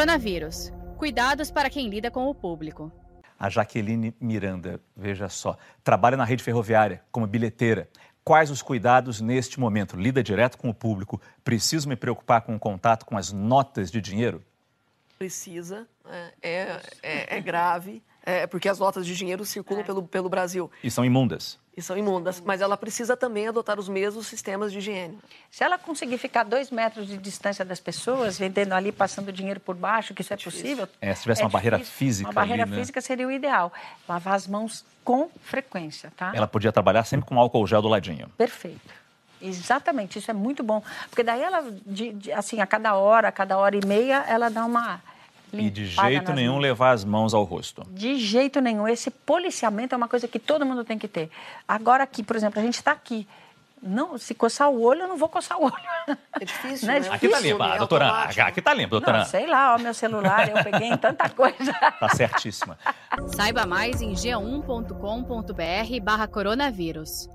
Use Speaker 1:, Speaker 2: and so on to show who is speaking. Speaker 1: Coronavírus. Cuidados para quem lida com o público.
Speaker 2: A Jaqueline Miranda, veja só, trabalha na rede ferroviária como bilheteira. Quais os cuidados neste momento? Lida direto com o público? Preciso me preocupar com o contato com as notas de dinheiro?
Speaker 3: Precisa, né? é, é, é grave, é, porque as notas de dinheiro circulam pelo, pelo Brasil
Speaker 2: E são imundas.
Speaker 3: e são imundas, mas ela precisa também adotar os mesmos sistemas de higiene.
Speaker 4: Se ela conseguir ficar dois metros de distância das pessoas, vendendo ali, passando dinheiro por baixo, que isso é possível.
Speaker 2: É, se tivesse uma barreira física
Speaker 4: Uma barreira
Speaker 2: ali, né?
Speaker 4: física seria o ideal. Lavar as mãos com frequência, tá?
Speaker 2: Ela podia trabalhar sempre com álcool gel do ladinho.
Speaker 4: Perfeito. Exatamente, isso é muito bom. Porque daí ela, de- de- assim, a cada hora, a cada hora e meia, ela dá uma.
Speaker 2: E de
Speaker 4: limpada
Speaker 2: jeito
Speaker 4: nas
Speaker 2: nenhum
Speaker 4: mãos.
Speaker 2: levar as mãos ao rosto.
Speaker 4: De jeito nenhum. Esse policiamento é uma coisa que todo mundo tem que ter. Agora aqui, por exemplo, a gente está aqui. Não, se coçar o olho, eu não vou coçar o olho.
Speaker 3: É difícil,
Speaker 4: Não é
Speaker 3: né?
Speaker 2: Aqui tá
Speaker 4: Isso,
Speaker 2: limpa,
Speaker 3: É
Speaker 2: doutora.
Speaker 3: automático.
Speaker 2: Aqui tá limpa, doutora.
Speaker 4: Não, sei lá, ó, meu celular, eu peguei em tanta coisa.
Speaker 2: Tá certíssima.
Speaker 1: um Saiba mais em g1.com.br/barra coronavírus.